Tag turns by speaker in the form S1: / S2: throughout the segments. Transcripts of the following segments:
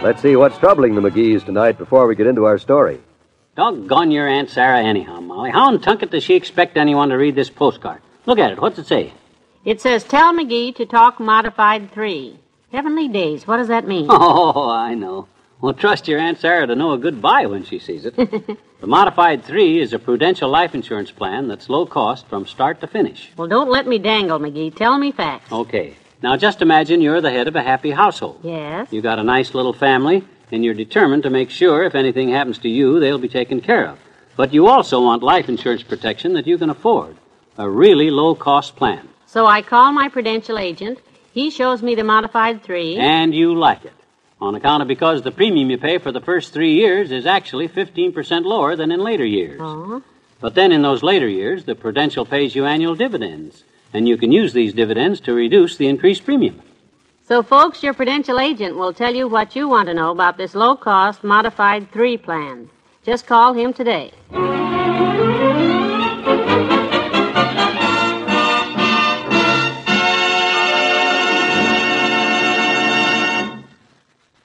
S1: Let's see what's troubling the McGees tonight before we get into our story.
S2: Doggone your Aunt Sarah, anyhow, Molly. How in tunket does she expect anyone to read this postcard? Look at it. What's it say?
S3: It says, Tell McGee to talk modified three. Heavenly days, what does that mean?
S2: Oh, I know. Well, trust your Aunt Sarah to know a goodbye when she sees it. the Modified 3 is a prudential life insurance plan that's low cost from start to finish.
S3: Well, don't let me dangle, McGee. Tell me facts.
S2: Okay. Now, just imagine you're the head of a happy household.
S3: Yes?
S2: You've got a nice little family, and you're determined to make sure if anything happens to you, they'll be taken care of. But you also want life insurance protection that you can afford a really low cost plan.
S3: So I call my prudential agent. He shows me the modified three.
S2: And you like it. On account of because the premium you pay for the first three years is actually 15% lower than in later years.
S3: Oh,
S2: But then in those later years, the Prudential pays you annual dividends, and you can use these dividends to reduce the increased premium.
S3: So, folks, your prudential agent will tell you what you want to know about this low cost modified three plan. Just call him today.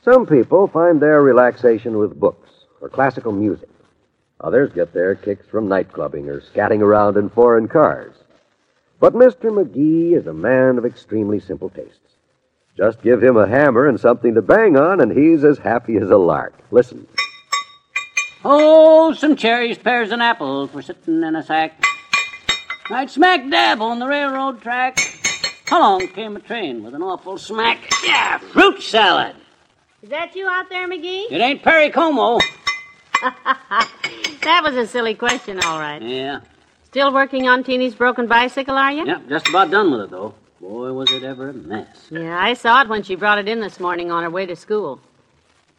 S1: Some people find their relaxation with books or classical music. Others get their kicks from nightclubbing or scatting around in foreign cars. But Mr. McGee is a man of extremely simple tastes. Just give him a hammer and something to bang on, and he's as happy as a lark. Listen.
S2: Oh, some cherries, pears, and apples were sitting in a sack. Right smack dab on the railroad track. Along came a train with an awful smack. Yeah, fruit salad.
S3: Is that you out there, McGee?
S2: It ain't Perry Como.
S3: That was a silly question, all right.
S2: Yeah.
S3: Still working on Teeny's broken bicycle, are you?
S2: Yep, just about done with it, though. Boy, was it ever a mess.
S3: Yeah, I saw it when she brought it in this morning on her way to school.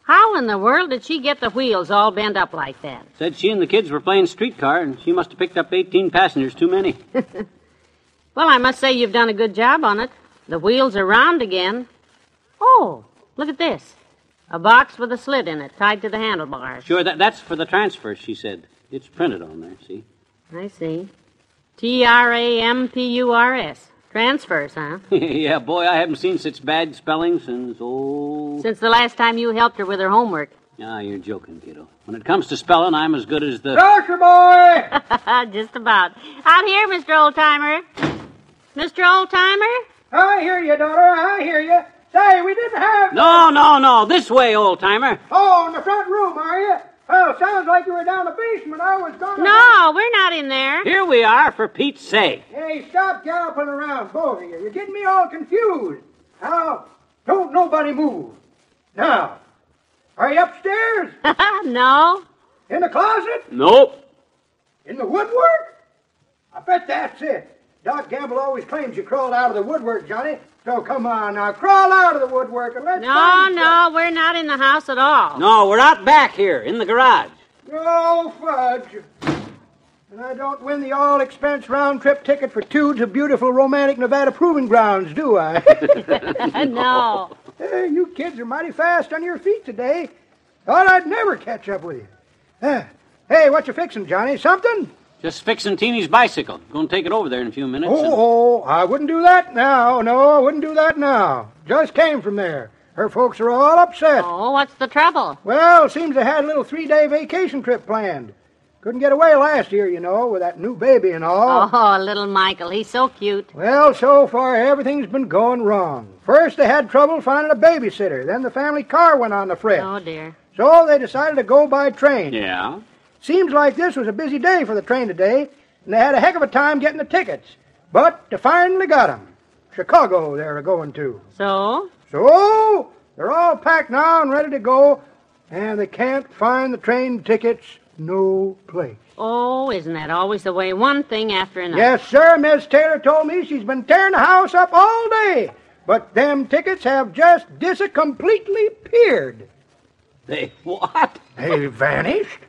S3: How in the world did she get the wheels all bent up like that?
S2: Said she and the kids were playing streetcar, and she must have picked up 18 passengers too many.
S3: Well, I must say you've done a good job on it. The wheels are round again. Oh, look at this. A box with a slit in it tied to the handlebars.
S2: Sure, that, that's for the transfer, she said. It's printed on there, see?
S3: I see. T R A M P U R S. Transfers, huh?
S2: yeah, boy, I haven't seen such bad spelling since, oh...
S3: Since the last time you helped her with her homework.
S2: Ah, you're joking, kiddo. When it comes to spelling, I'm as good as the...
S3: Uh, Just about. Out here, Mr. Oldtimer. Mr. Oldtimer?
S4: I hear you, daughter. I hear you. Say, we didn't have.
S2: No, no, no, this way, old-timer.
S4: Oh, in the front room, are you? Oh, sounds like you were down the basement. I was gone.
S3: No, we're not in there.
S2: Here we are, for Pete's sake.
S4: Hey, stop galloping around, both of you. You're getting me all confused. Now, don't nobody move. Now, are you upstairs?
S3: no.
S4: In the closet?
S2: Nope.
S4: In the woodwork? I bet that's it. Doc Gamble always claims you crawled out of the woodwork, Johnny. So come on now, crawl out of the woodwork and let's.
S3: No,
S4: find-
S3: no, we're not in the house at all.
S2: No, we're out back here, in the garage.
S4: No fudge. And I don't win the all expense round trip ticket for two to beautiful romantic Nevada proving grounds, do I?
S3: no.
S4: hey, you kids are mighty fast on your feet today. Thought I'd never catch up with you. Ah, hey, what you fixing, Johnny? Something?
S2: Just fixing Teeny's bicycle. Gonna take it over there in a few minutes. and-
S4: Oh, oh, I wouldn't do that now. No, I wouldn't do that now. Just came from there. Her folks are all upset.
S3: Oh, what's the trouble?
S4: Well, seems they had a little three day vacation trip planned. Couldn't get away last year, you know, with that new baby and all.
S3: Oh, little Michael, he's so cute.
S4: Well, so far everything's been going wrong. First they had trouble finding a babysitter, then the family car went on the fritz.
S3: Oh, dear.
S4: So they decided to go by train.
S2: Yeah?
S4: Seems like this was a busy day for the train today, and they had a heck of a time getting the tickets. But they finally got 'em. Chicago they're going to.
S3: So?
S4: So they're all packed now and ready to go, and they can't find the train tickets no place.
S3: Oh, isn't that always the way? One thing after another.
S4: Yes, sir. Miss Taylor told me she's been tearing the house up all day. But them tickets have just discompletely peered.
S2: They what?
S4: They vanished.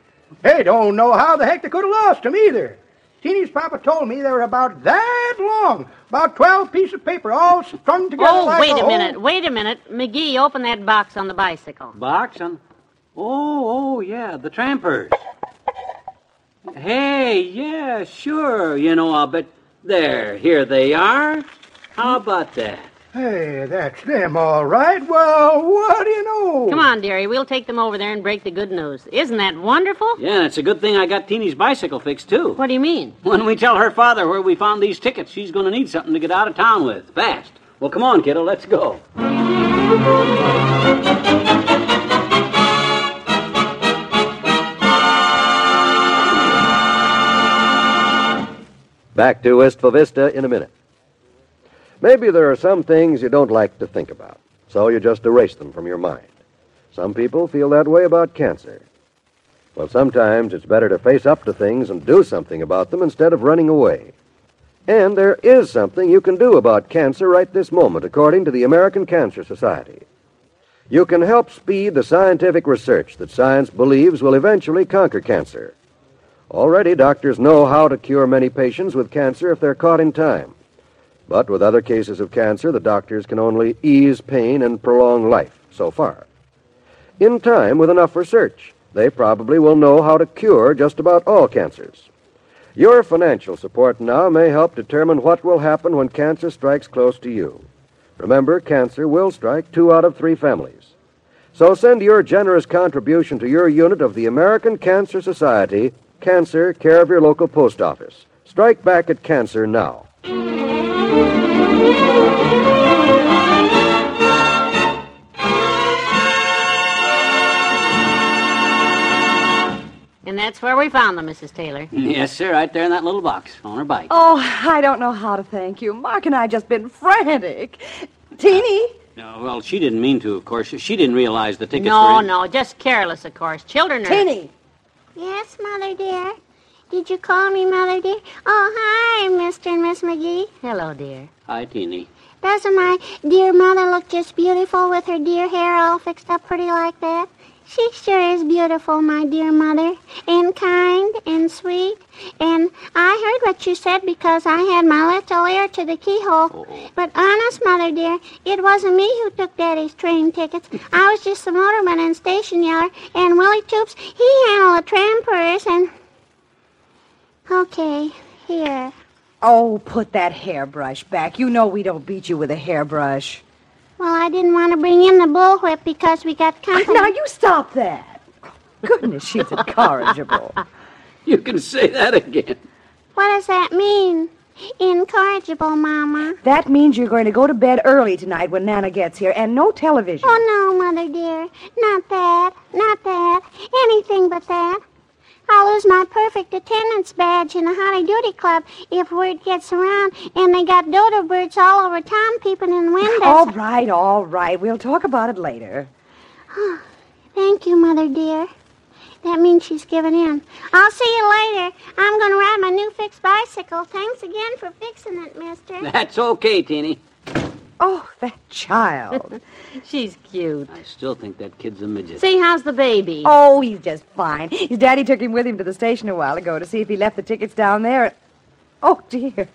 S4: They don't know how the heck they could have lost them either. Teeny's papa told me they were about that long, about 12 pieces of paper all strung together.
S3: Oh,
S4: like
S3: wait a
S4: whole-
S3: minute, wait a minute. McGee, open that box on the bicycle.
S2: Box on. Oh, oh, yeah, the trampers. Hey, yeah, sure. You know, I'll bet. There, here they are. How about that?
S4: Hey, that's them, all right. Well, what do you know?
S3: Come on, dearie, we'll take them over there and break the good news. Isn't that wonderful?
S2: Yeah, it's a good thing I got Teeny's bicycle fixed, too.
S3: What do you mean?
S2: When we tell her father where we found these tickets, she's going to need something to get out of town with, fast. Well, come on, kiddo, let's go.
S1: Back to Wistful Vista in a minute. Maybe there are some things you don't like to think about, so you just erase them from your mind. Some people feel that way about cancer. Well, sometimes it's better to face up to things and do something about them instead of running away. And there is something you can do about cancer right this moment, according to the American Cancer Society. You can help speed the scientific research that science believes will eventually conquer cancer. Already, doctors know how to cure many patients with cancer if they're caught in time. But with other cases of cancer, the doctors can only ease pain and prolong life so far. In time, with enough research, they probably will know how to cure just about all cancers. Your financial support now may help determine what will happen when cancer strikes close to you. Remember, cancer will strike two out of three families. So send your generous contribution to your unit of the American Cancer Society, Cancer, care of your local post office. Strike back at cancer now.
S3: And that's where we found them, Mrs. Taylor.
S2: Yes, sir, right there in that little box on her bike.
S5: Oh, I don't know how to thank you. Mark and I just been frantic. Teeny,
S2: No, well, she didn't mean to, of course. She didn't realize the tickets
S3: No,
S2: were. in-
S3: no, just careless, of course. Children are.
S5: Teeny.
S6: Yes, Mother dear. Did you call me, Mother dear? Oh, hi, Mr. and Miss McGee.
S3: Hello, dear.
S2: Hi, Teeny.
S6: Doesn't my dear mother look just beautiful with her dear hair all fixed up pretty like that? She sure is beautiful, my dear mother, and kind and sweet. And I heard what you said because I had my little ear to the keyhole. But honest, mother dear, it wasn't me who took Daddy's train tickets. I was just the motorman and station yeller, and Willie Toops, he handled the tram purse and... Okay, here.
S5: Oh, put that hairbrush back. You know we don't beat you with a hairbrush.
S6: Well, I didn't want to bring in the bullwhip because we got company.
S5: Now you stop that. Goodness, she's incorrigible.
S2: You can say that again.
S6: What does that mean? Incorrigible, Mama.
S5: That means you're going to go to bed early tonight when Nana gets here, and no television.
S6: Oh, no, Mother dear. Not that. Not that. Anything but that. I'll lose my perfect attendance badge in the High Duty Club if word gets around and they got dodo birds all over town peeping in windows.
S5: All right, all right. We'll talk about it later.
S6: Thank you, Mother dear. That means she's given in. I'll see you later. I'm going to ride my new fixed bicycle. Thanks again for fixing it, mister.
S2: That's okay, Teeny.
S5: Oh, that child.
S3: She's cute.
S2: I still think that kid's a midget.
S3: Say, how's the baby?
S5: Oh, he's just fine. His daddy took him with him to the station a while ago to see if he left the tickets down there. Oh, dear.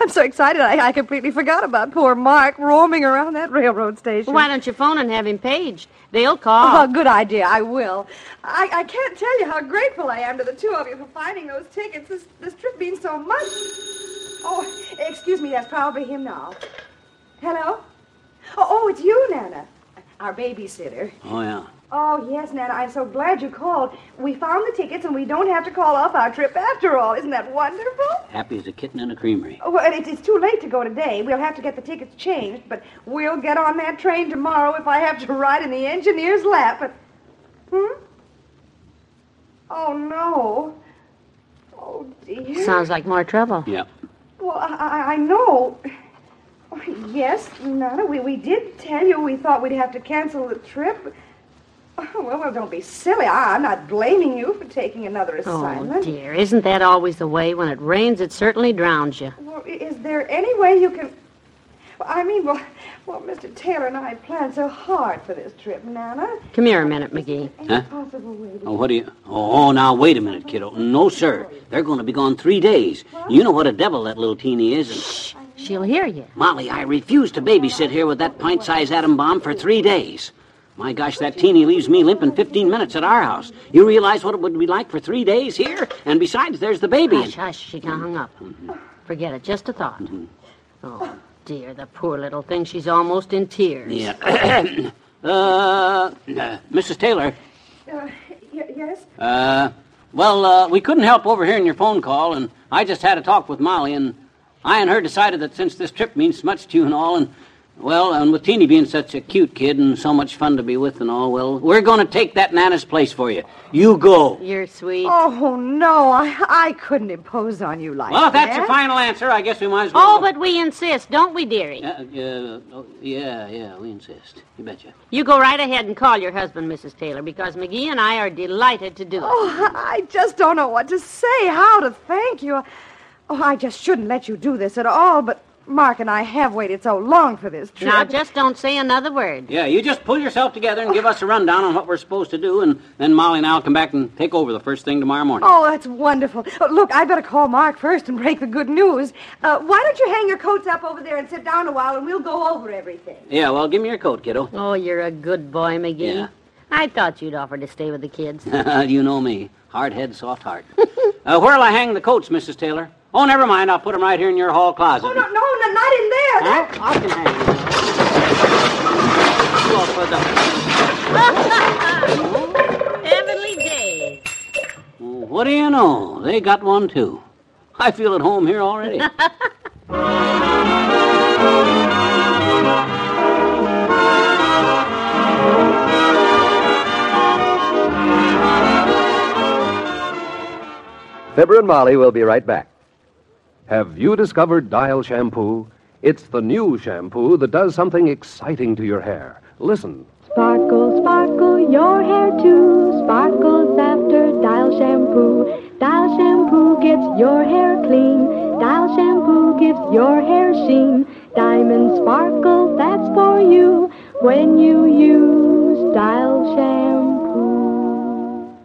S5: I'm so excited. I, I completely forgot about poor Mark roaming around that railroad station.
S3: Why don't you phone and have him paged? They'll
S5: Oh,
S3: call.
S5: good idea. I will. I, I can't tell you how grateful I am to the two of you for finding those tickets. This, this trip means so much. Oh, excuse me. That's probably him now. Hello? Oh, oh it's you, Nana. Our babysitter.
S2: Oh, yeah.
S5: Oh, yes, Nana. I'm so glad you called. We found the tickets, and we don't have to call off our trip after all. Isn't that wonderful?
S2: Happy as a kitten in a creamery.
S5: Well, it, it's too late to go today. We'll have to get the tickets changed, but we'll get on that train tomorrow if I have to ride in the engineer's lap. But, hmm? Oh, no. Oh, dear.
S3: Sounds like more trouble.
S2: Yeah.
S5: Well, I, I- I know. Oh, Yes, Nana, we, we did tell you we thought we'd have to cancel the trip. Oh, well, well, don't be silly. I, I'm not blaming you for taking another
S3: Oh,
S5: assignment.
S3: dear. Isn't that always the way? When it rains, it certainly drowns you.
S5: well, i- is there any way you can. Well, I mean, well, Well, Mr. Taylor and I had planned so hard for this trip, Nana.
S3: Come here a minute, McGee.
S5: Any
S2: Huh?
S5: possible way to...
S2: Oh, what do you? Oh, now wait a minute, kiddo. No, sir. They're going to be gone three days. You know what a devil that little teeny is. And,
S3: She'll hear you.
S2: Molly, I refuse to babysit here with that pint-sized atom bomb for three days. My gosh, that teeny leaves me limp in 15 minutes at our house. You realize what it would be like for three days here? And besides, there's the baby.
S3: Hush, hush, she got hung up. Forget it, just a thought. Oh, dear, the poor little thing. She's almost in tears.
S2: Yeah. uh, uh, Mrs. Taylor,
S5: Uh, y- yes?
S2: Uh, well, uh, we couldn't help overhearing your phone call, and I just had a talk with Molly, and I and her decided that since this trip means so much to you and all, and well, and with Teeny being such a cute kid and so much fun to be with and all, well, we're going to take that Nana's place for you. You go.
S3: You're sweet.
S5: Oh, no, I, I couldn't impose on you like
S2: Well, if that's
S5: that.
S2: your final answer, I guess we might as well.
S3: Oh, but we insist, don't we, dearie?
S2: Uh, uh, oh, yeah, yeah, we insist. You betcha.
S3: You go right ahead and call your husband, Mrs. Taylor, because McGee and I are delighted to do it.
S5: Oh, I just don't know what to say, how to thank you. Oh, I just shouldn't let you do this at all, but Mark and I have waited so long for this trip.
S3: now, just don't say another word.
S2: Yeah, you just pull yourself together and give us a rundown on what we're supposed to do, and then Molly and I'll come back and take over the first thing tomorrow morning.
S5: Oh, that's wonderful. Oh, look, I better call Mark first and break the good news. Uh, why don't you hang your coats up over there and sit down a while, and we'll go over everything.
S2: Yeah, well, give me your coat, kiddo.
S3: Oh, you're a good boy, McGee.
S2: Yeah.
S3: I thought you'd offer to stay with the kids.
S2: you know me. Hard head, soft heart. uh, where'll I hang the coats, Mrs. Taylor? Oh, never mind. I'll put them right here in your hall closet.
S5: Oh, no, no, no not in there.
S2: Huh? I can hang 'em. Well, for the-
S3: Heavenly days.
S2: What do you know? They got one, too. I feel at home here already.
S1: Fibber and Molly will be right back. Have you discovered Dial Shampoo? It's the new shampoo that does something exciting to your hair. Listen.
S7: Sparkle, sparkle your hair too. Sparkles after Dial Shampoo. Dial Shampoo gets your hair clean. Dial Shampoo gives your hair sheen. Diamond sparkle, that's for you when you use Dial Shampoo.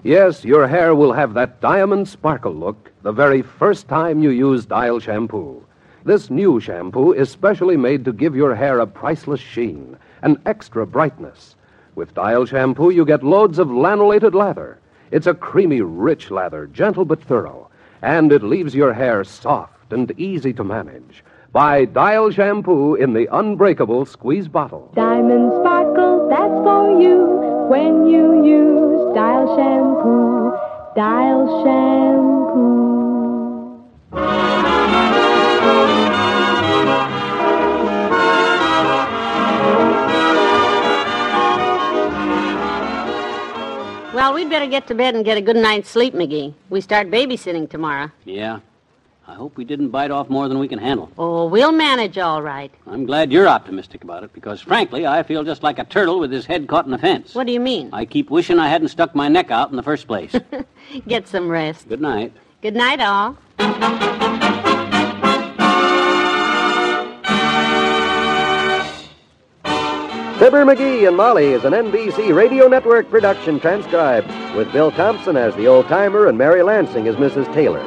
S1: Yes, your hair will have that diamond sparkle look the very first time you use Dial Shampoo. This new shampoo is specially made to give your hair a priceless sheen, an extra brightness. With Dial Shampoo, you get loads of lanolated lather. It's a creamy, rich lather, gentle but thorough, and it leaves your hair soft and easy to manage. Buy Dial Shampoo in the unbreakable squeeze bottle.
S7: Diamond sparkle, that's for you when you use Dial Shampoo. Dial Shampoo.
S3: Well, we'd better get to bed and get a good night's sleep, McGee. We start babysitting tomorrow.
S2: yeah. I hope we didn't bite off more than we can handle.
S3: Oh, we'll manage all right.
S2: I'm glad you're optimistic about it because, frankly, I feel just like a turtle with his head caught in a fence.
S3: What do you mean?
S2: I keep wishing I hadn't stuck my neck out in the first place.
S3: Get some rest.
S2: Good night.
S3: Good night, all.
S1: Fibber McGee and Molly is an NBC Radio Network production transcribed with Bill Thompson as the old timer and Mary Lansing as Mrs. Taylor.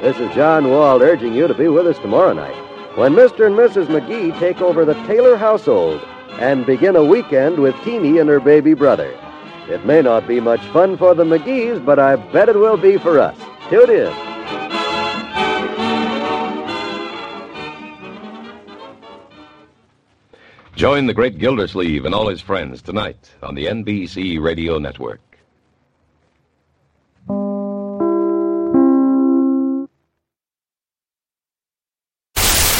S1: This is John Wald urging you to be with us tomorrow night when Mr. and Mrs. McGee take over the Taylor household and begin a weekend with Teeny and her baby brother. It may not be much fun for the McGees, but I bet it will be for us. Tune in.
S8: Join the great Gildersleeve and all his friends tonight on the NBC Radio Network.